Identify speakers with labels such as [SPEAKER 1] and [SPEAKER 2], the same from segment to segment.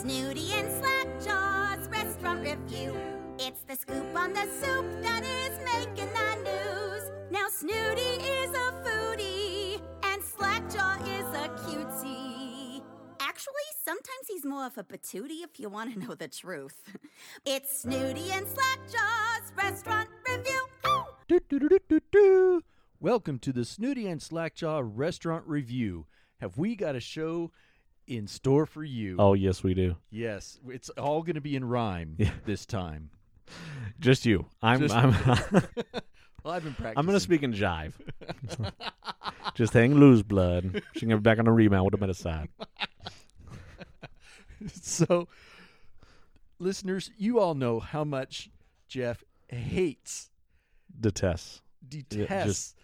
[SPEAKER 1] Snooty and Slackjaw's restaurant review. It's the scoop on the soup that is making the news. Now Snooty is a foodie and Slackjaw is a cutie. Actually, sometimes he's more of a patootie if you want to know the truth. it's Snooty and Slackjaw's restaurant review. Ow!
[SPEAKER 2] Do-do-do-do-do-do. Welcome to the Snooty and Slackjaw Restaurant Review. Have we got a show in store for you?
[SPEAKER 3] Oh, yes, we do.
[SPEAKER 2] Yes, it's all going to be in rhyme
[SPEAKER 3] Yeah.
[SPEAKER 2] this time.
[SPEAKER 3] Just you. I'm.
[SPEAKER 2] Just-
[SPEAKER 3] I'm.
[SPEAKER 2] Well, I've been practicing.
[SPEAKER 3] I'm gonna speak in jive. Just hang loose, blood. She can get back on the rebound with a better side.
[SPEAKER 2] So, listeners, you all know how much Jeff hates,
[SPEAKER 3] Detests.
[SPEAKER 2] detests
[SPEAKER 3] just-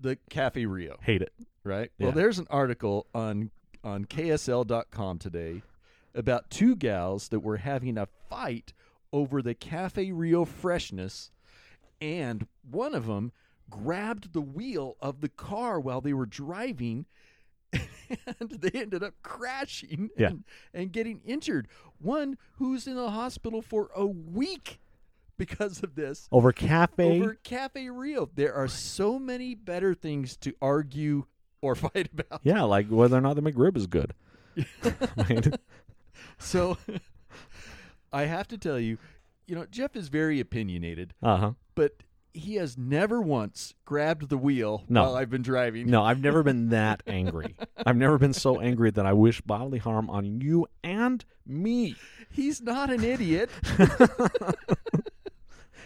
[SPEAKER 2] the Cafe Rio.
[SPEAKER 3] Hate it.
[SPEAKER 2] right? Well,
[SPEAKER 3] Yeah.
[SPEAKER 2] there's an article on on KSL.com today about two gals that were having a fight over the Cafe Rio freshness, and one of them grabbed the wheel of the car while they were driving. And they ended up crashing
[SPEAKER 3] Yeah.
[SPEAKER 2] and, and getting injured. One who's in the hospital for a week because of this
[SPEAKER 3] Over cafe.
[SPEAKER 2] over Cafe Rio. There are so many better things to argue or fight about.
[SPEAKER 3] Yeah, like whether or not the McRib is good. I mean,
[SPEAKER 2] So I have to tell you, you know, Jeff is very opinionated,
[SPEAKER 3] uh huh.
[SPEAKER 2] but he has never once grabbed the wheel
[SPEAKER 3] No.
[SPEAKER 2] while I've been driving.
[SPEAKER 3] No, I've never been that angry. I've never been so angry that I wish bodily harm on you and me.
[SPEAKER 2] He's not an idiot,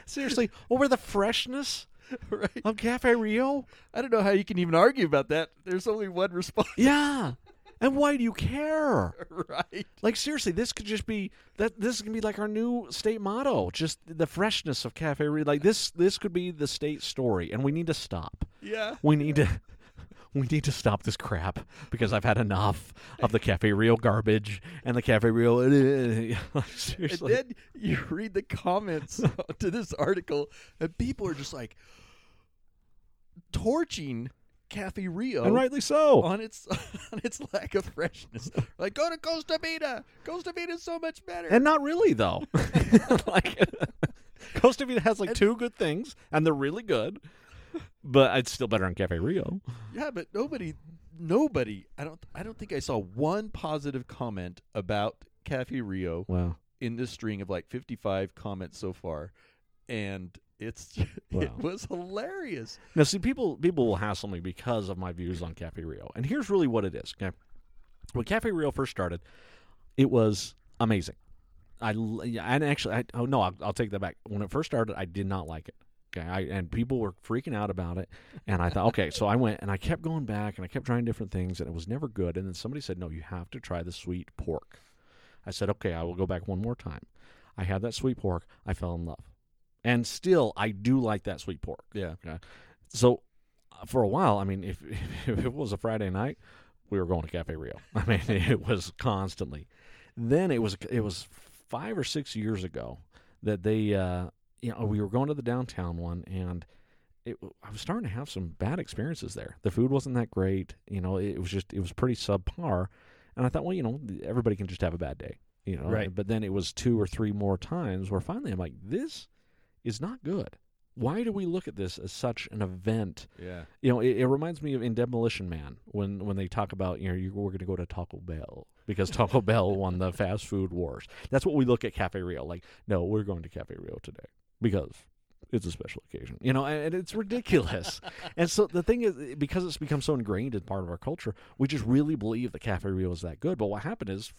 [SPEAKER 3] Seriously, over the freshness
[SPEAKER 2] right?
[SPEAKER 3] of Cafe Rio?
[SPEAKER 2] I don't know how you can even argue about that. There's only one response,
[SPEAKER 3] Yeah. And why do you care?
[SPEAKER 2] right?
[SPEAKER 3] Like seriously, this could just be that. This is gonna be like our new state motto, just the freshness of Cafe Rio. Like this, this could be the state story, and we need to stop.
[SPEAKER 2] Yeah.
[SPEAKER 3] We need to, we need to stop this crap because I've had enough of the Cafe Rio garbage and the Cafe Rio.
[SPEAKER 2] And
[SPEAKER 3] seriously,
[SPEAKER 2] then you read the comments to this article, and people are just like torching Cafe Rio.
[SPEAKER 3] and rightly so.
[SPEAKER 2] on its on its lack of freshness. Like go to Costa Vida. Costa Vida is so much better.
[SPEAKER 3] and not really though. like Costa Vida has like
[SPEAKER 2] And-
[SPEAKER 3] two good things, and they're really good, but it's still better than Cafe Rio.
[SPEAKER 2] yeah, but nobody nobody I don't I don't think I saw one positive comment about Cafe Rio
[SPEAKER 3] Wow.
[SPEAKER 2] in this string of like 55 comments so far. And it's
[SPEAKER 3] Wow.
[SPEAKER 2] it was hilarious.
[SPEAKER 3] Now, see, people people will hassle me because of my views on Cafe Rio, and here's really what it is. Okay, when Cafe Rio first started, it was amazing. I l- yeah, and actually, I, oh no, I'll, I'll take that back. When it first started, I did not like it. Okay, I, and people were freaking out about it, and I thought, okay, so I went and I kept going back and I kept trying different things, and it was never good. And then somebody said, no, you have to try the sweet pork. I said, okay, I will go back one more time. I had that sweet pork. I fell in love, and still, I do like that sweet pork.
[SPEAKER 2] Yeah.
[SPEAKER 3] Okay. So uh, for a while, I mean, if, if it was a Friday night, we were going to Cafe Rio. I mean, it was constantly. Then it was it was five or six years ago that they, uh, you know, we were going to the downtown one, and it I was starting to have some bad experiences there. The food wasn't that great. You know, it was just it was pretty subpar, and I thought, well, you know, everybody can just have a bad day. You know,
[SPEAKER 2] Right.
[SPEAKER 3] But then it was two or three more times where finally I'm like, this is not good. Why do we look at this as such an event?
[SPEAKER 2] Yeah.
[SPEAKER 3] You know, it, it reminds me of in Demolition Man when when they talk about you know you we're going to go to Taco Bell because Taco Bell won the fast food wars. That's what we look at Cafe Rio like. No, we're going to Cafe Rio today because it's a special occasion. You know, and, and it's ridiculous. and so the thing is, because it's become so ingrained in part of our culture, we just really believe that Cafe Rio is that good. But what happened is.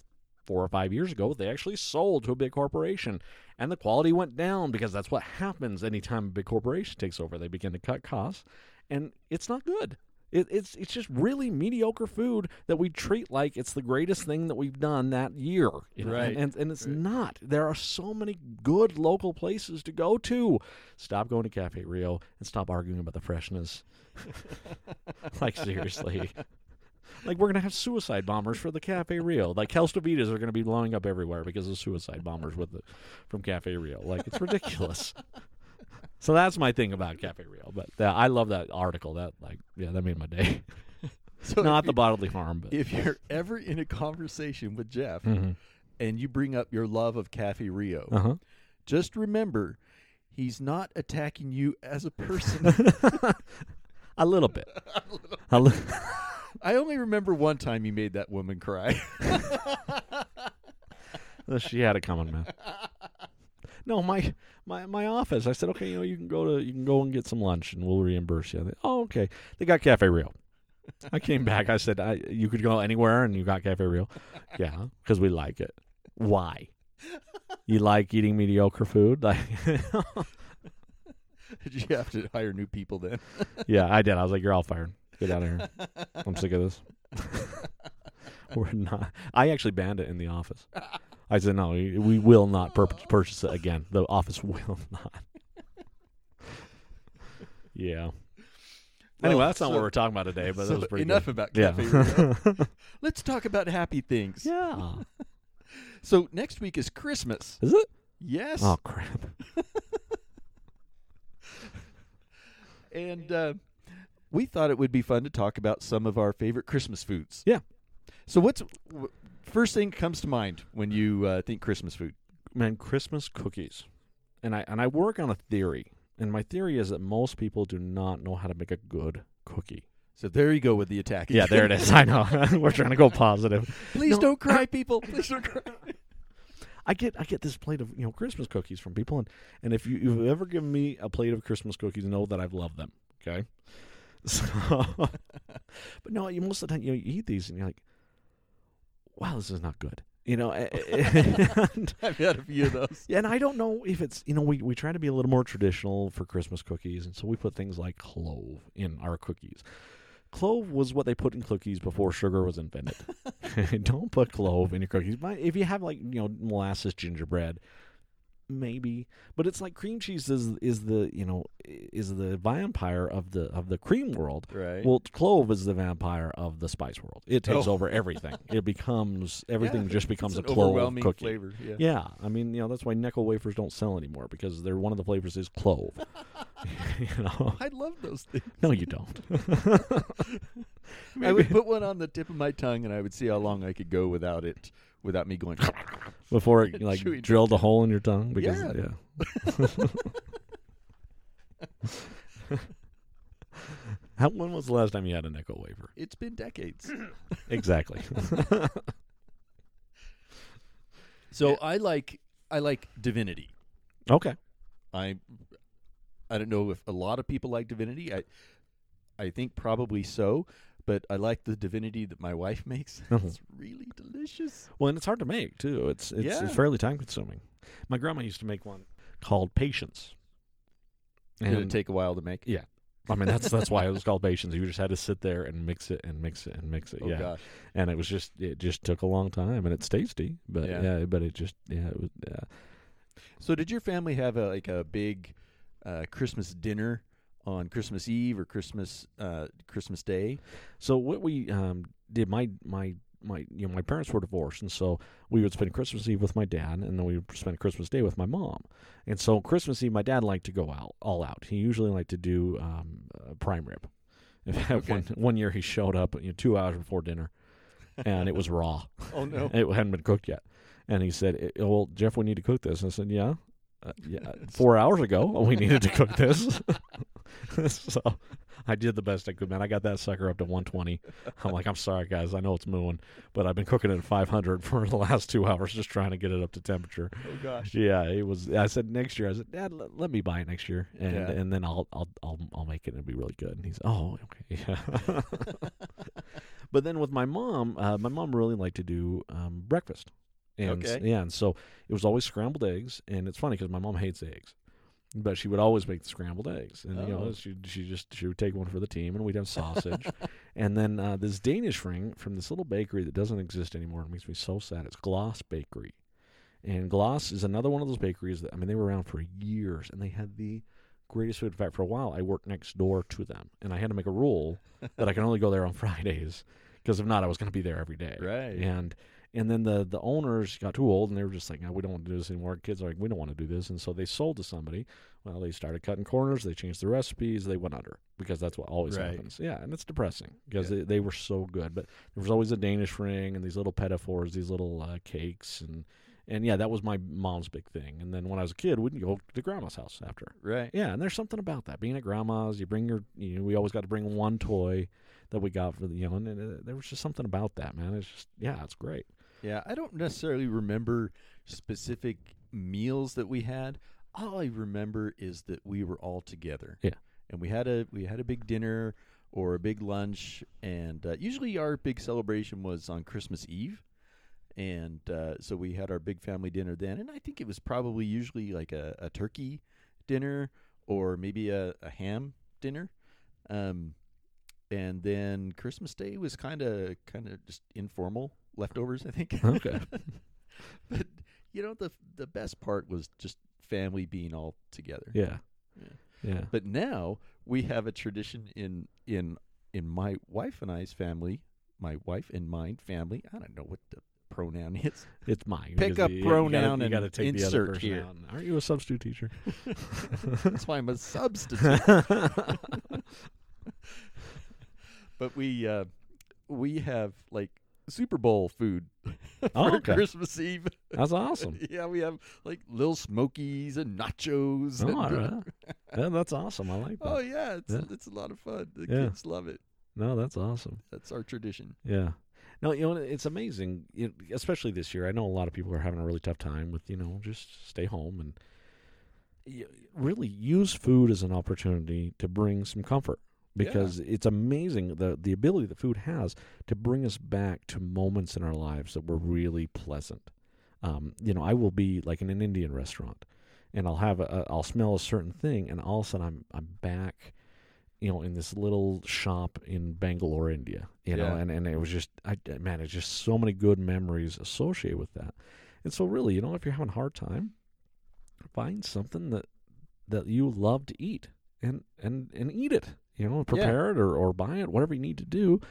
[SPEAKER 3] Four or five years ago, they actually sold to a big corporation, and the quality went down because that's what happens anytime a big corporation takes over. They begin to cut costs, and it's not good. It, it's it's just really mediocre food that we treat like it's the greatest thing that we've done that year, you know,
[SPEAKER 2] Right.
[SPEAKER 3] And, and and it's
[SPEAKER 2] Right.
[SPEAKER 3] not. There are so many good local places to go to. Stop going to Cafe Rio and stop arguing about the freshness. like seriously. Like we're gonna have suicide bombers for the Cafe Rio. Like Calstavitas are gonna be blowing up everywhere because of suicide bombers with the, from Cafe Rio. Like it's ridiculous. so that's my thing about Cafe Rio. But that, I love that article. That like yeah, that made my day.
[SPEAKER 2] So
[SPEAKER 3] Not
[SPEAKER 2] if
[SPEAKER 3] the bodily harm, but
[SPEAKER 2] you- if you're ever in a conversation with Jeff
[SPEAKER 3] Mhm.
[SPEAKER 2] and you bring up your love of Cafe Rio,
[SPEAKER 3] Uh huh.
[SPEAKER 2] just remember he's not attacking you as a person.
[SPEAKER 3] a little bit. a li-
[SPEAKER 2] I only remember one time you made that woman cry.
[SPEAKER 3] she had it coming, man. No, my my my office. I said, okay, you know, you can go to you can go and get some lunch, and we'll reimburse you. They, oh, okay. They got Cafe Rio. I came back. I said, I, you could go anywhere, and you got Cafe Rio. Yeah, because we like it. Why? You like eating mediocre food? Like,
[SPEAKER 2] Did you have to hire new people then?
[SPEAKER 3] yeah, I did. I was like, you're all fired. Get out of here. I'm sick of this. We're not. I actually banned it in the office. I said, no, we we will not pur- purchase it again. The office will not. yeah. Anyway,
[SPEAKER 2] Well,
[SPEAKER 3] that's not
[SPEAKER 2] so-
[SPEAKER 3] what we're talking about today, but
[SPEAKER 2] so
[SPEAKER 3] that was pretty
[SPEAKER 2] enough
[SPEAKER 3] good.
[SPEAKER 2] about
[SPEAKER 3] Yeah.
[SPEAKER 2] Cafe Rio. Let's talk about happy things.
[SPEAKER 3] yeah.
[SPEAKER 2] So next week is Christmas.
[SPEAKER 3] Is it?
[SPEAKER 2] Yes.
[SPEAKER 3] Oh, crap.
[SPEAKER 2] And uh, we thought it would be fun to talk about some of our favorite Christmas foods.
[SPEAKER 3] Yeah.
[SPEAKER 2] So what's w- first thing comes to mind when you uh, think Christmas food?
[SPEAKER 3] Man, Christmas cookies. And I and I work on a theory. And my theory is that most people do not know how to make a good cookie.
[SPEAKER 2] So there you go with the attack.
[SPEAKER 3] Yeah, there it is. I know. we're trying to go positive.
[SPEAKER 2] Please
[SPEAKER 3] No.
[SPEAKER 2] don't cry, people. Please don't cry.
[SPEAKER 3] I get I get this plate of you know Christmas cookies from people, and and if you, you've ever given me a plate of Christmas cookies, know that I've loved them. Okay, so but no, you most of the time you, know, you eat these and you're like, wow, this is not good. You know, a- a- and,
[SPEAKER 2] I've had a few of those.
[SPEAKER 3] and I don't know if it's you know we we try to be a little more traditional for Christmas cookies, and so we put things like clove in our cookies. Clove was what they put in cookies before sugar was invented. don't put clove in your cookies. But if you have like you know molasses gingerbread, maybe. But it's like cream cheese is is the you know is the vampire of the of the cream world.
[SPEAKER 2] Right.
[SPEAKER 3] Well, clove is the vampire of the spice world. It takes
[SPEAKER 2] Oh.
[SPEAKER 3] over everything. It becomes everything.
[SPEAKER 2] Yeah,
[SPEAKER 3] just
[SPEAKER 2] it's
[SPEAKER 3] becomes a
[SPEAKER 2] an
[SPEAKER 3] clove
[SPEAKER 2] overwhelming
[SPEAKER 3] cookie.
[SPEAKER 2] flavor. Yeah.
[SPEAKER 3] Yeah, I mean, you know, that's why nickel wafers don't sell anymore because they're one of the flavors is clove. you know,
[SPEAKER 2] I love those things.
[SPEAKER 3] no, you don't.
[SPEAKER 2] I would put one on the tip of my tongue, and I would see how long I could go without it, without me going.
[SPEAKER 3] Before it like
[SPEAKER 2] Chewy
[SPEAKER 3] drilled a hole in your tongue because
[SPEAKER 2] Yeah.
[SPEAKER 3] yeah. How, when was the last time you had a nickel wafer?
[SPEAKER 2] it's been decades.
[SPEAKER 3] Exactly.
[SPEAKER 2] So I like I like divinity.
[SPEAKER 3] okay.
[SPEAKER 2] I I don't know if a lot of people like divinity. I I think probably so, but I like the divinity that my wife makes. it's really delicious.
[SPEAKER 3] Well, and it's hard to make too. It's it's,
[SPEAKER 2] Yeah.
[SPEAKER 3] it's fairly time consuming. My grandma used to make one called patience.
[SPEAKER 2] Did it take a while to make?
[SPEAKER 3] Yeah. I mean that's that's why it was called patience. You just had to sit there and mix it and mix it and mix it.
[SPEAKER 2] Oh
[SPEAKER 3] yeah.
[SPEAKER 2] gosh.
[SPEAKER 3] And it was just it just took a long time and it's tasty, but
[SPEAKER 2] Yeah.
[SPEAKER 3] yeah, but it just yeah, it was yeah.
[SPEAKER 2] So did your family have a, like a big uh, Christmas dinner on Christmas Eve or Christmas uh, Christmas Day?
[SPEAKER 3] So what we um did my my my you know my parents were divorced and so we would spend Christmas Eve with my dad and then we would spend Christmas Day with my mom. And so Christmas Eve my dad liked to go out all out. He usually liked to do um uh, prime rib. In fact,
[SPEAKER 2] Okay.
[SPEAKER 3] one one year he showed up you know, 2 hours before dinner and it was raw.
[SPEAKER 2] Oh no.
[SPEAKER 3] It hadn't been cooked yet. And he said, "Eh, "Well, Jeff, we need to cook this." And I said, "Yeah, uh, yeah. Four hours ago, we needed to cook this." so I did the best I could, man. I got that sucker up to 120. I'm like, "I'm sorry, guys. I know it's mooing, but I've been cooking it at 500 for the last two hours, just trying to get it up to temperature."
[SPEAKER 2] oh gosh.
[SPEAKER 3] Yeah, it was. I said next year. I said, "Dad, let, let me buy it next year, and
[SPEAKER 2] Yeah.
[SPEAKER 3] and then I'll I'll I'll I'll make it and it'll be really good." And he's, "Oh, okay, yeah." but then with my mom, uh, my mom really liked to do um, breakfast, and s-
[SPEAKER 2] Okay.
[SPEAKER 3] yeah, and so it was always scrambled eggs, and it's funny because my mom hates eggs. But she would always make the scrambled eggs, and you
[SPEAKER 2] Oh.
[SPEAKER 3] know she she just she would take one for the team, and we'd have sausage, and then uh, this Danish ring from this little bakery that doesn't exist anymore. It makes me so sad. It's Gloss Bakery, and Gloss is another one of those bakeries that, I mean, they were around for years and they had the greatest food. In fact, for a while, I worked next door to them and I had to make a rule that I can only go there on Fridays because if not, I was going to be there every day.
[SPEAKER 2] Right.
[SPEAKER 3] And And then the the owners got too old, and they were just like, "No, we don't want to do this anymore." Kids are like, "We don't want to do this," and so they sold to somebody. Well, they started cutting corners. They changed the recipes. They went under because that's what always
[SPEAKER 2] Right.
[SPEAKER 3] happens. Yeah, and it's depressing because
[SPEAKER 2] Yeah.
[SPEAKER 3] they, they were so good, but there was always a Danish ring and these little pedophores, these little uh, cakes, and and yeah, that was my mom's big thing. And then when I was a kid, we'd go to grandma's house after.
[SPEAKER 2] Right.
[SPEAKER 3] Yeah, and there's something about that. Being at grandma's, you bring your, you know, we always got to bring one toy that we got for the, you know, and, uh, there was just something about that, man. It's just, yeah, it's great.
[SPEAKER 2] Yeah, I don't necessarily remember specific meals that we had. All I remember is that we were all together.
[SPEAKER 3] Yeah.
[SPEAKER 2] and we had a we had a big dinner or a big lunch, and uh, usually our big celebration was on Christmas Eve, and uh, so we had our big family dinner then. And I think it was probably usually like a, a turkey dinner or maybe a, a ham dinner. Um, and then Christmas Day was kind of kind of just informal leftovers, I think.
[SPEAKER 3] Okay.
[SPEAKER 2] but you know the the best part was just family being all together.
[SPEAKER 3] yeah.
[SPEAKER 2] Yeah.
[SPEAKER 3] Yeah.
[SPEAKER 2] But now we have a tradition in in in my wife and I's family, my wife and mine family. I don't know what the pronoun is.
[SPEAKER 3] It's mine.
[SPEAKER 2] Pick
[SPEAKER 3] because
[SPEAKER 2] up
[SPEAKER 3] you-
[SPEAKER 2] pronoun
[SPEAKER 3] you gotta, you
[SPEAKER 2] and
[SPEAKER 3] gotta take the
[SPEAKER 2] insert
[SPEAKER 3] other person
[SPEAKER 2] here.
[SPEAKER 3] out. Aren't you a substitute teacher?
[SPEAKER 2] That's why I'm a substitute. but we uh, we have like Super Bowl food for
[SPEAKER 3] Oh, okay. Um,
[SPEAKER 2] Christmas Eve.
[SPEAKER 3] That's awesome.
[SPEAKER 2] yeah, we have like little Smokies and nachos.
[SPEAKER 3] Oh,
[SPEAKER 2] and-
[SPEAKER 3] all right. Yeah, that's awesome. I like that.
[SPEAKER 2] Oh yeah, it's
[SPEAKER 3] Yeah.
[SPEAKER 2] it's a lot of fun. The
[SPEAKER 3] Yeah.
[SPEAKER 2] kids love it.
[SPEAKER 3] No, that's awesome.
[SPEAKER 2] That's our tradition.
[SPEAKER 3] Yeah. No, you know, it's amazing, you especially this year. I know a lot of people are having a really tough time with, you know, just stay home and y- really use food as an opportunity to bring some comfort because it's amazing the the ability that food has to bring us back to moments in our lives that were really pleasant. Um, you know, I will be like in an Indian restaurant and I'll have a, a I'll smell a certain thing and all of a sudden I'm I'm back you know in this little shop in Bangalore, India, you know,
[SPEAKER 2] Yeah.
[SPEAKER 3] and and it was just I man, it's just so many good memories associated with that. And so really, you know, if you're having a hard time, find something that that you love to eat and and and eat it you know prepare it or, or buy it whatever you need to do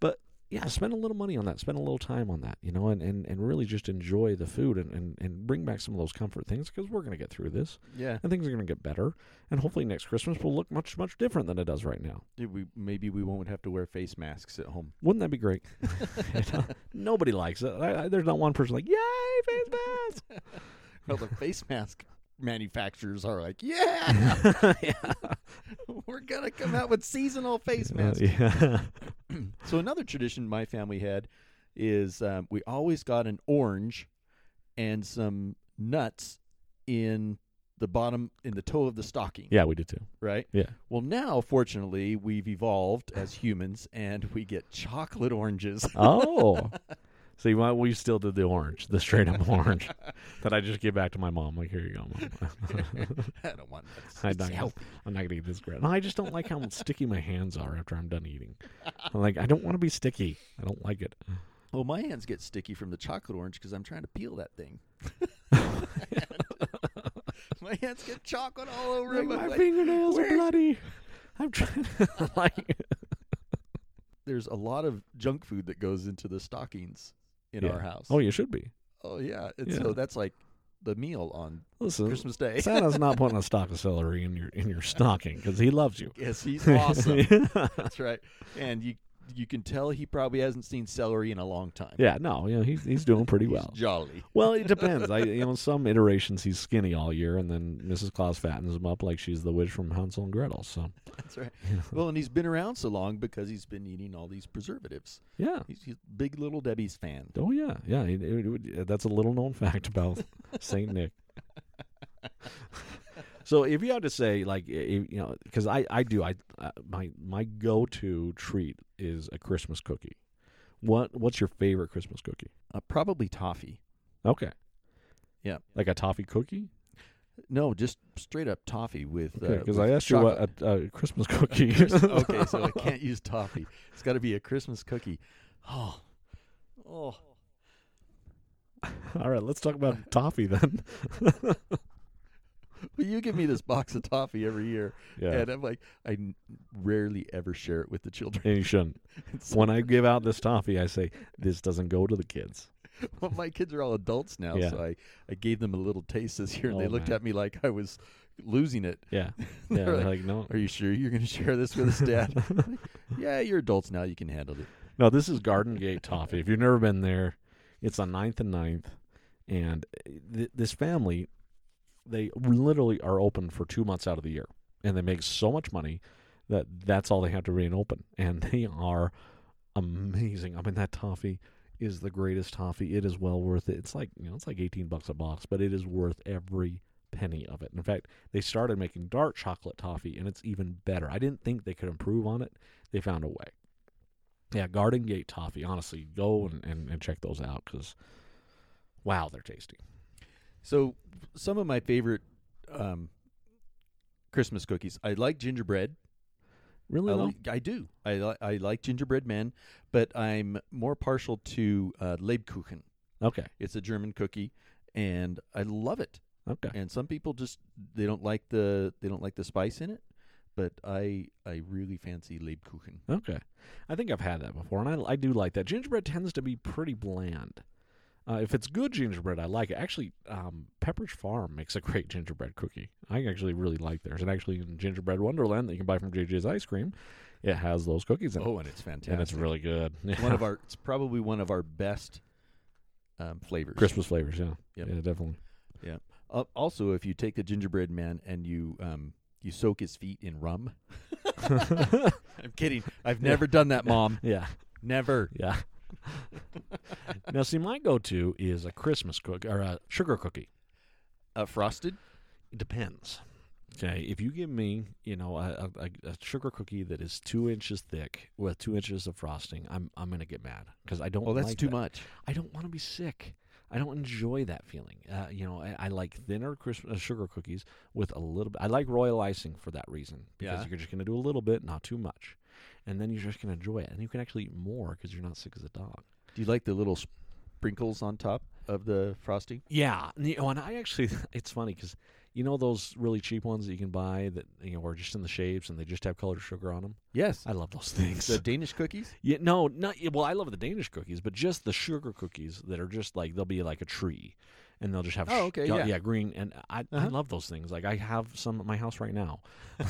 [SPEAKER 3] but yeah spend a little money on that spend a little time on that you know and and, and really just enjoy the food and, and and bring back some of those comfort things because we're going to get through this
[SPEAKER 2] Yeah,
[SPEAKER 3] and things are going to get better and hopefully next christmas will look much much different than it does right now
[SPEAKER 2] we maybe we won't have to wear face masks at home.
[SPEAKER 3] wouldn't that be great You know? nobody likes it I, I, there's not one person like yay face mask
[SPEAKER 2] Well, the face mask manufacturers are like, yeah,
[SPEAKER 3] yeah.
[SPEAKER 2] we're gonna come out with seasonal face masks.
[SPEAKER 3] Uh, yeah
[SPEAKER 2] So another tradition my family had is um, we always got an orange and some nuts in the bottom in the toe of the stocking.
[SPEAKER 3] yeah we did too
[SPEAKER 2] Right.
[SPEAKER 3] yeah
[SPEAKER 2] Well, now fortunately we've evolved as humans and we get chocolate oranges.
[SPEAKER 3] Oh. See, my, we still did the orange, the straight up orange that I just give back to my mom. Like, here you go, mom.
[SPEAKER 2] I don't want nuts.
[SPEAKER 3] I'm
[SPEAKER 2] It's
[SPEAKER 3] not, gonna,
[SPEAKER 2] healthy.
[SPEAKER 3] I'm not gonna eat this crap. No, I just don't like how sticky my hands are after I'm done eating. I'm like, I don't want to be sticky. I don't like it.
[SPEAKER 2] Well, my hands get sticky from the chocolate orange because I'm trying to peel that thing. my hands get chocolate all over
[SPEAKER 3] Like,
[SPEAKER 2] them. I'm
[SPEAKER 3] my
[SPEAKER 2] like,
[SPEAKER 3] fingernails are
[SPEAKER 2] where-
[SPEAKER 3] bloody. I'm trying. like,
[SPEAKER 2] There's a lot of junk food that goes into the stockings in
[SPEAKER 3] Yeah.
[SPEAKER 2] our house.
[SPEAKER 3] oh, you should be.
[SPEAKER 2] Oh, yeah. And
[SPEAKER 3] Yeah.
[SPEAKER 2] so that's like the meal on
[SPEAKER 3] Listen,
[SPEAKER 2] Christmas Day.
[SPEAKER 3] Santa's not putting a stock of celery in your in your stocking because he loves you.
[SPEAKER 2] yes, he's awesome. that's right. And you you can tell he probably hasn't seen celery in a long time.
[SPEAKER 3] yeah, no, you know he's he's doing pretty
[SPEAKER 2] He's
[SPEAKER 3] well.
[SPEAKER 2] jolly.
[SPEAKER 3] Well, it depends. I you know some iterations he's skinny all year, and then Mrs. Claus fattens him up like she's the witch from Hansel and Gretel. So
[SPEAKER 2] That's right. Well, and he's been around so long because he's been eating all these preservatives.
[SPEAKER 3] yeah.
[SPEAKER 2] He's, he's a big little Debbie's fan.
[SPEAKER 3] Oh yeah, yeah. it- it would- that's a little known fact about Saint Nick. so if you had to say like i- if- you know, because I I do I uh, my my go to treat is a Christmas cookie. What what's your favorite Christmas cookie?
[SPEAKER 2] Uh, probably toffee.
[SPEAKER 3] Okay.
[SPEAKER 2] Yeah.
[SPEAKER 3] Like a toffee cookie?
[SPEAKER 2] No, just straight up toffee with.
[SPEAKER 3] Okay,
[SPEAKER 2] uh,
[SPEAKER 3] because
[SPEAKER 2] with
[SPEAKER 3] I asked you what
[SPEAKER 2] chocolate.
[SPEAKER 3] a, a Christmas cookie.
[SPEAKER 2] okay, so I can't use toffee. It's got to be a Christmas cookie. Oh, oh.
[SPEAKER 3] All right, let's talk about toffee then.
[SPEAKER 2] Well, you give me this box of toffee every year,
[SPEAKER 3] Yeah.
[SPEAKER 2] and I'm like, I n- rarely ever share it with the children.
[SPEAKER 3] And you shouldn't.
[SPEAKER 2] It's-
[SPEAKER 3] When I give out this toffee, I say this doesn't go to the kids.
[SPEAKER 2] well, my kids are all adults now,
[SPEAKER 3] Yeah.
[SPEAKER 2] so I, I gave them a little taste this year, and they
[SPEAKER 3] Oh,
[SPEAKER 2] looked
[SPEAKER 3] man.
[SPEAKER 2] at me like I was losing it.
[SPEAKER 3] Yeah.
[SPEAKER 2] They're
[SPEAKER 3] Yeah. they're
[SPEAKER 2] like,
[SPEAKER 3] like, no.
[SPEAKER 2] Are you sure you're going to share this with us, Dad? yeah, you're adults now. You can handle it.
[SPEAKER 3] No, this is Garden Gate Toffee. If you've never been there, it's on 9th and 9th. And uh, th- this family, they literally are open for two months out of the year. And they make so much money that that's all they have to remain open. And they are amazing. I mean, that toffee is the greatest toffee. It is well worth it. It's like, you know, it's like 18 bucks a box, but it is worth every penny of it. In fact, they started making dark chocolate toffee and it's even better. I didn't think they could improve on it. They found a way yeah, Garden Gate Toffee. Honestly, go and, and, and check those out because, wow, they're tasty.
[SPEAKER 2] So, some of my favorite um, Christmas cookies. I like gingerbread.
[SPEAKER 3] Really?
[SPEAKER 2] I,
[SPEAKER 3] though?
[SPEAKER 2] li- I do. I li- I like gingerbread man, but I'm more partial to uh, Lebkuchen.
[SPEAKER 3] okay.
[SPEAKER 2] It's a German cookie, and I love it.
[SPEAKER 3] Okay.
[SPEAKER 2] And some people just they don't like the they don't like the spice in it, but I I really fancy Lebkuchen.
[SPEAKER 3] Okay. I think I've had that before, and I, I do like that. Gingerbread tends to be pretty bland. Uh, if it's good gingerbread, I like it. Actually, um, Pepperidge Farm makes a great gingerbread cookie. I actually really like theirs. And actually, in Gingerbread Wonderland that you can buy from JJ's Ice Cream, it has those cookies in it.
[SPEAKER 2] Oh, and it's fantastic.
[SPEAKER 3] and it's really good.
[SPEAKER 2] one of our. It's probably one of our best um, flavors.
[SPEAKER 3] Christmas flavors, yeah.
[SPEAKER 2] Yep.
[SPEAKER 3] Yeah, definitely.
[SPEAKER 2] Uh, also, if you take the gingerbread man and you um, you soak his feet in rum. I'm kidding. I've never done that, Mom.
[SPEAKER 3] Yeah.
[SPEAKER 2] Never.
[SPEAKER 3] Yeah. now, see, my go-to is a Christmas cookie or a sugar cookie.
[SPEAKER 2] Uh, frosted.
[SPEAKER 3] It depends. Okay, if you give me, you know, a, a, a- a sugar cookie that is two inches thick with two inches of frosting, I'm I'm gonna get mad because I don't.
[SPEAKER 2] Oh, that's
[SPEAKER 3] like
[SPEAKER 2] too
[SPEAKER 3] that.
[SPEAKER 2] much.
[SPEAKER 3] I don't want to be sick. I don't enjoy that feeling. Uh, you know, I, I like thinner Christmas, uh, sugar cookies with a little bit. I like royal icing for that reason because
[SPEAKER 2] Yeah.
[SPEAKER 3] you're just going to do a little bit, not too much, and then you're just going to enjoy it, and you can actually eat more because you're not sick as a dog.
[SPEAKER 2] Do you like the little sprinkles on top of the frosting?
[SPEAKER 3] Yeah, and, you know, and I actually, it's funny because you know those really cheap ones that you can buy that you know are just in the shapes and they just have colored sugar on them.
[SPEAKER 2] Yes.
[SPEAKER 3] I love those things.
[SPEAKER 2] the Danish cookies.
[SPEAKER 3] yeah, no, not yeah, well. I love the Danish cookies, but just the sugar cookies that are just like they'll be like a tree, and they'll just have
[SPEAKER 2] Oh, okay,
[SPEAKER 3] gu-
[SPEAKER 2] yeah.
[SPEAKER 3] green, and I I
[SPEAKER 2] Uh-huh.
[SPEAKER 3] love those things. Like I have some at my house right now.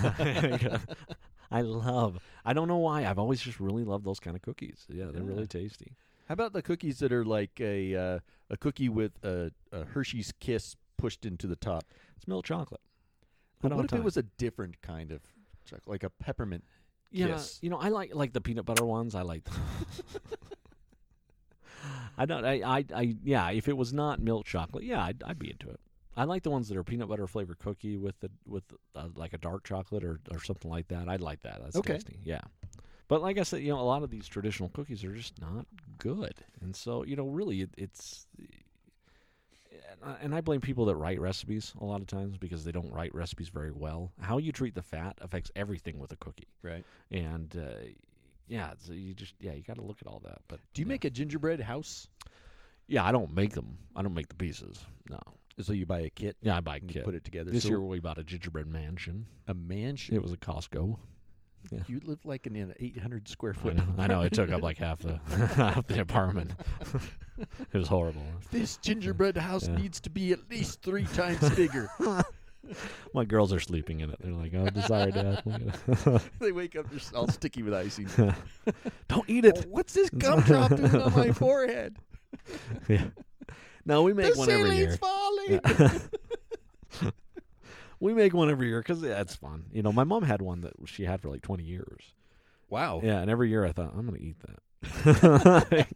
[SPEAKER 3] I love. I don't know why. I've always just really loved those kind of cookies. Yeah, they're
[SPEAKER 2] Yeah.
[SPEAKER 3] really tasty.
[SPEAKER 2] How about the cookies that are like a uh, a cookie with a, a Hershey's Kiss pushed into the top?
[SPEAKER 3] It's milk chocolate. I
[SPEAKER 2] But
[SPEAKER 3] don't
[SPEAKER 2] what
[SPEAKER 3] have
[SPEAKER 2] if it
[SPEAKER 3] time.
[SPEAKER 2] was a different kind of chocolate, like a peppermint?
[SPEAKER 3] Yeah,
[SPEAKER 2] Yes.
[SPEAKER 3] you know, I like like the peanut butter ones. I like. I don't. I, I. I. Yeah. If it was not milk chocolate, yeah, I'd, I'd be into it. I like the ones that are peanut butter flavored cookie with the with uh, like a dark chocolate or or something like that. I'd like that. That's
[SPEAKER 2] Okay.
[SPEAKER 3] tasty. Yeah. But like I said, you know, a lot of these traditional cookies are just not good, and so you know, really, it, it's. and I- And I blame people that write recipes a lot of times because they don't write recipes very well. How you treat the fat affects everything with a cookie
[SPEAKER 2] Right.
[SPEAKER 3] and uh, yeah, so you just yeah, you got to look at all that. But
[SPEAKER 2] Do you
[SPEAKER 3] yeah.
[SPEAKER 2] make a gingerbread house?
[SPEAKER 3] Yeah, I don't make them. I don't make the pieces. No.
[SPEAKER 2] So you buy a kit
[SPEAKER 3] Yeah, I buy a
[SPEAKER 2] and
[SPEAKER 3] kit.
[SPEAKER 2] you put it together.
[SPEAKER 3] this
[SPEAKER 2] so
[SPEAKER 3] year we bought a gingerbread mansion.
[SPEAKER 2] a mansion.
[SPEAKER 3] It was a Costco.
[SPEAKER 2] You live like in an 800 square
[SPEAKER 3] I
[SPEAKER 2] foot.
[SPEAKER 3] know, I know, it took up like half the half the apartment. it was horrible.
[SPEAKER 2] This gingerbread house
[SPEAKER 3] Yeah.
[SPEAKER 2] needs to be at least three times bigger.
[SPEAKER 3] My girls are sleeping in it. They're like, "Oh, sorry, Dad.
[SPEAKER 2] they wake up, they're all sticky with icing.
[SPEAKER 3] don't eat
[SPEAKER 2] Oh, what's this gumdrop doing on my forehead?
[SPEAKER 3] yeah. No, we make
[SPEAKER 2] the
[SPEAKER 3] one every year.
[SPEAKER 2] saline's falling.
[SPEAKER 3] We make one every year because that's fun. You know, my mom had one that she had for like twenty years.
[SPEAKER 2] Wow.
[SPEAKER 3] Yeah, and every year I thought I'm gonna eat that.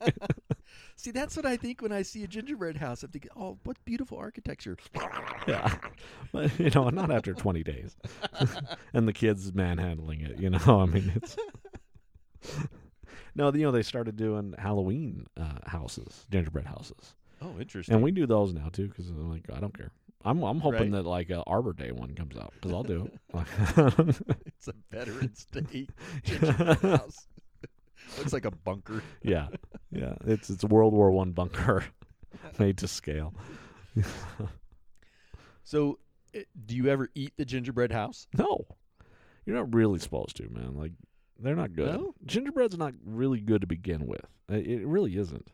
[SPEAKER 2] See, that's what I think when I see a gingerbread house. I'm thinking, oh, what beautiful architecture.
[SPEAKER 3] yeah, but you know, not after 20 days, and the kids manhandling it. You know, I mean, it's no, you know, they started doing Halloween uh, houses, gingerbread houses,
[SPEAKER 2] Oh, interesting.
[SPEAKER 3] and we do those now too because I'm like, I don't care. I'm I'm hoping
[SPEAKER 2] Right.
[SPEAKER 3] that like a Arbor Day one comes out because I'll do it.
[SPEAKER 2] It's a Veterans Day gingerbread house. Looks like a bunker.
[SPEAKER 3] yeah, yeah, it's it's World War One bunker made to scale.
[SPEAKER 2] So, eh, do you ever eat the gingerbread house?
[SPEAKER 3] No, you're not really supposed to, man. Like they're not good.
[SPEAKER 2] No?
[SPEAKER 3] Gingerbread's not really good to begin with. I- It really isn't.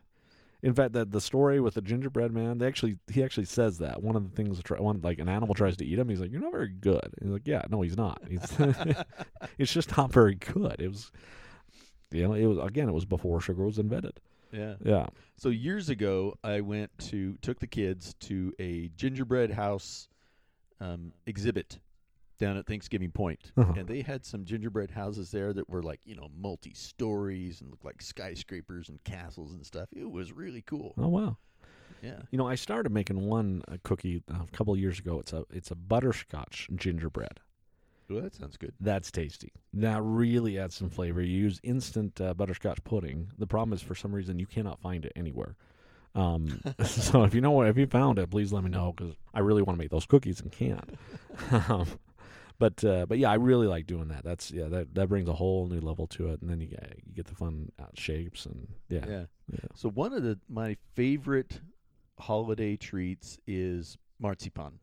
[SPEAKER 3] In fact, that the story with the gingerbread man, they actually he actually says that one of the things try, one like an animal tries to eat him, he's like, "You're not very good." he's like, "Yeah, no, he's not. He's it's just not very good." It was, you know, it was again, it was before sugar was invented.
[SPEAKER 2] Yeah.
[SPEAKER 3] Yeah,
[SPEAKER 2] So years ago, I went to took the kids to a gingerbread house um, exhibit down at Thanksgiving Point,
[SPEAKER 3] Uh-huh.
[SPEAKER 2] and they had some gingerbread houses there that were like you know multi stories and looked like skyscrapers and castles and stuff. It was really cool.
[SPEAKER 3] oh wow.
[SPEAKER 2] Yeah.
[SPEAKER 3] You know, I started making one uh, cookie uh, a couple years ago. It's a it's a butterscotch gingerbread.
[SPEAKER 2] Well, that sounds good.
[SPEAKER 3] That's tasty. That really adds some flavor. You use instant uh, butterscotch pudding. The problem is, for some reason, you cannot find it anywhere. Um, so if you know what, if you found it, please let me know because I really want to make those cookies and can't. um, but uh, but yeah, I really like doing that. That's yeah, that that brings a whole new level to it, and then you get you get the fun uh, shapes and yeah,
[SPEAKER 2] Yeah.
[SPEAKER 3] yeah.
[SPEAKER 2] So one of the my favorite holiday treats is marzipan.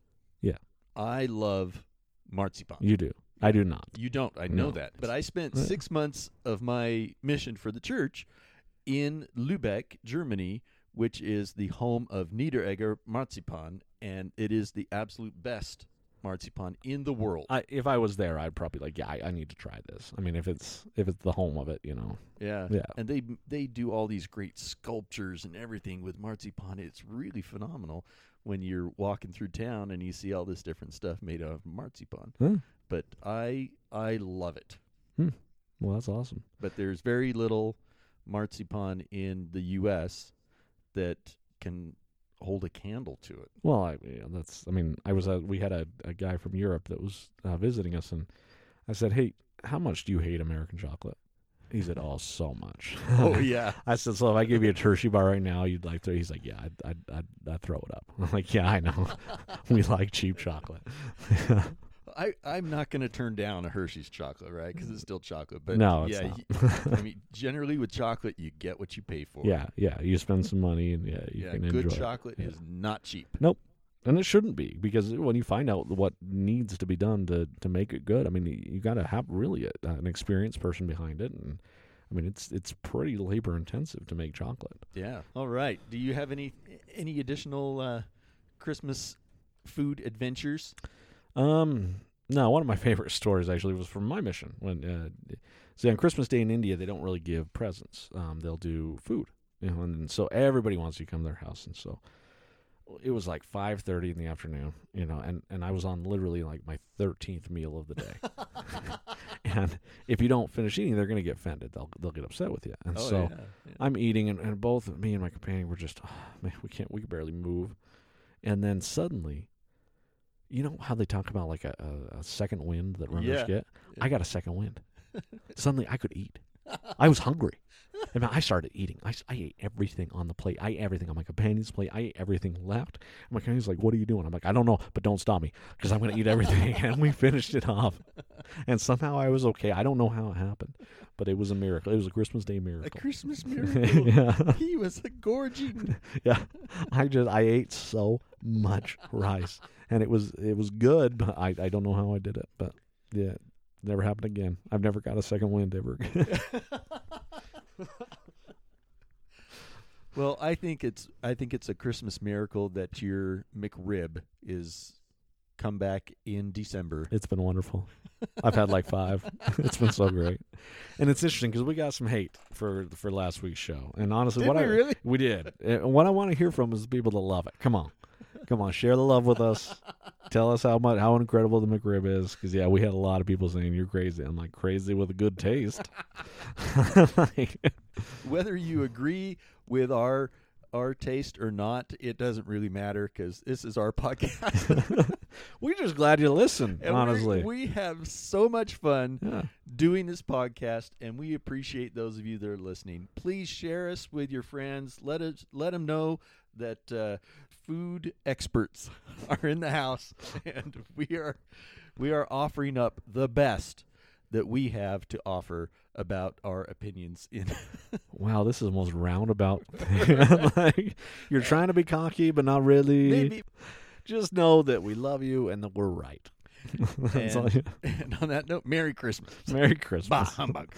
[SPEAKER 3] Yeah.
[SPEAKER 2] I love marzipan.
[SPEAKER 3] You do. I do not.
[SPEAKER 2] You don't. I know
[SPEAKER 3] No.
[SPEAKER 2] that. But I spent
[SPEAKER 3] Yeah.
[SPEAKER 2] six months of my mission for the church in Lübeck, Germany, which is the home of Niederegger marzipan, and it is the absolute best marzipan in the world.
[SPEAKER 3] I, if I was there, I'd probably like, yeah, I, I need to try this. I mean, if it's if it's the home of it, you know,
[SPEAKER 2] yeah.
[SPEAKER 3] yeah.
[SPEAKER 2] And they they do all these great sculptures and everything with marzipan. It's really phenomenal when you're walking through town and you see all this different stuff made out of marzipan.
[SPEAKER 3] Hmm.
[SPEAKER 2] But I I love it.
[SPEAKER 3] Well, that's awesome.
[SPEAKER 2] but there's very little marzipan in the U.S. that can hold a candle to it.
[SPEAKER 3] Well, I, yeah, that's. I mean, I was. uh we had a, a guy from Europe that was uh, visiting us, and I said, "Hey, how much do you hate American chocolate?" He said, "Oh, so much."
[SPEAKER 2] yeah,
[SPEAKER 3] I said, "So if I give you a Hershey bar right now, you'd like to?" He's like, "Yeah, I'd, I'd, I'd, I'd throw it up." I'm like, "Yeah, I know. we like cheap chocolate."
[SPEAKER 2] I I'm not going to turn down a Hershey's chocolate, right? Because it's still chocolate. But
[SPEAKER 3] No, it's
[SPEAKER 2] yeah,
[SPEAKER 3] not.
[SPEAKER 2] you- I mean, generally with chocolate, you get what you pay for.
[SPEAKER 3] yeah, yeah. You spend some money, and yeah, you
[SPEAKER 2] yeah.
[SPEAKER 3] can
[SPEAKER 2] Good
[SPEAKER 3] enjoy. it.
[SPEAKER 2] chocolate
[SPEAKER 3] Yeah.
[SPEAKER 2] is not cheap.
[SPEAKER 3] Nope. And it shouldn't be because when you find out what needs to be done to, to make it good, I mean, you, you got to have really a, an experienced person behind it, and I mean, it's it's pretty labor intensive to make chocolate.
[SPEAKER 2] Yeah. All right. Do you have any any additional uh, Christmas food adventures?
[SPEAKER 3] Um, no, one of my favorite stories actually was from my mission when uh, see on Christmas Day in India they don't really give presents. Um, they'll do food, you know, and so everybody wants you to come to their house, and so it was like five thirty in the afternoon, you know, and and I was on literally like my thirteenth meal of the day. and if you don't finish eating, they're going to get offended. They'll they'll get upset with you. And
[SPEAKER 2] Oh,
[SPEAKER 3] so
[SPEAKER 2] yeah. yeah.
[SPEAKER 3] I'm eating, and, and both me and my companion were just, oh, man, we can't, we can barely move. And then suddenly, you know how they talk about like a, a, a second wind that runners
[SPEAKER 2] Yeah.
[SPEAKER 3] get?
[SPEAKER 2] Yeah.
[SPEAKER 3] I got a second wind. suddenly, I could eat. I was hungry. I mean, I started eating. I, s- I ate everything on the plate. I ate everything on my companion's plate. I ate everything left. And my companion's like, What are you doing? I'm like, I don't know, but don't stop me because I'm going to eat everything. and we finished it off. And somehow I was okay. I don't know how it happened, but it was a miracle. It was a Christmas Day
[SPEAKER 2] A
[SPEAKER 3] miracle.
[SPEAKER 2] Christmas miracle.
[SPEAKER 3] yeah.
[SPEAKER 2] he was a gorging.
[SPEAKER 3] yeah i just i ate so much rice and it was it was good but i i don't know how i did it but yeah it never happened again i've never got a second wind ever again
[SPEAKER 2] Well, I think it's I think it's a Christmas miracle that your McRib is come back in December.
[SPEAKER 3] it's been wonderful i've had like five it's been so great and it's interesting because we got some hate for for last week's show and honestly
[SPEAKER 2] Did
[SPEAKER 3] what
[SPEAKER 2] we
[SPEAKER 3] i
[SPEAKER 2] really?
[SPEAKER 3] we did and what i want to hear from is the people that love it come on come on share the love with us tell us how much how incredible the mcrib is because yeah we had a lot of people saying you're crazy i'm like crazy with a good taste Like,
[SPEAKER 2] Whether you agree with our our taste or not, it doesn't really matter because this is our podcast.
[SPEAKER 3] we're just glad you listen
[SPEAKER 2] And we-
[SPEAKER 3] honestly
[SPEAKER 2] we have so much fun
[SPEAKER 3] yeah.
[SPEAKER 2] doing this podcast, and we appreciate those of you that are listening. Please share us with your friends. Let us let them know that uh, food experts are in the house, and we are we are offering up the best that we have to offer about our opinions in
[SPEAKER 3] wow this is the most roundabout thing. like, you're trying to be cocky but not really
[SPEAKER 2] maybe.
[SPEAKER 3] just know that we love you and that we're right That's all
[SPEAKER 2] And,
[SPEAKER 3] you-
[SPEAKER 2] and on that note, Merry Christmas.
[SPEAKER 3] merry christmas
[SPEAKER 2] Bah humbug.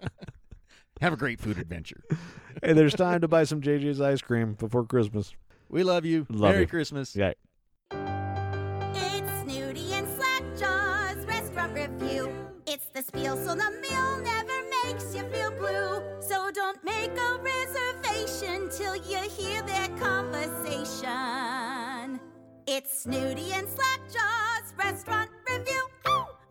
[SPEAKER 2] Have a great food adventure.
[SPEAKER 3] and there's time to buy some JJ's ice cream before Christmas.
[SPEAKER 2] We love you.
[SPEAKER 3] Love
[SPEAKER 2] Merry
[SPEAKER 3] you.
[SPEAKER 2] Christmas.
[SPEAKER 3] Yeah.
[SPEAKER 1] It's Snooty and Slackjaw's restaurant review. It's the spiel, so the meal never makes you feel blue. So don't make a reservation till you hear their conversation. It's Snooty and Slackjaw.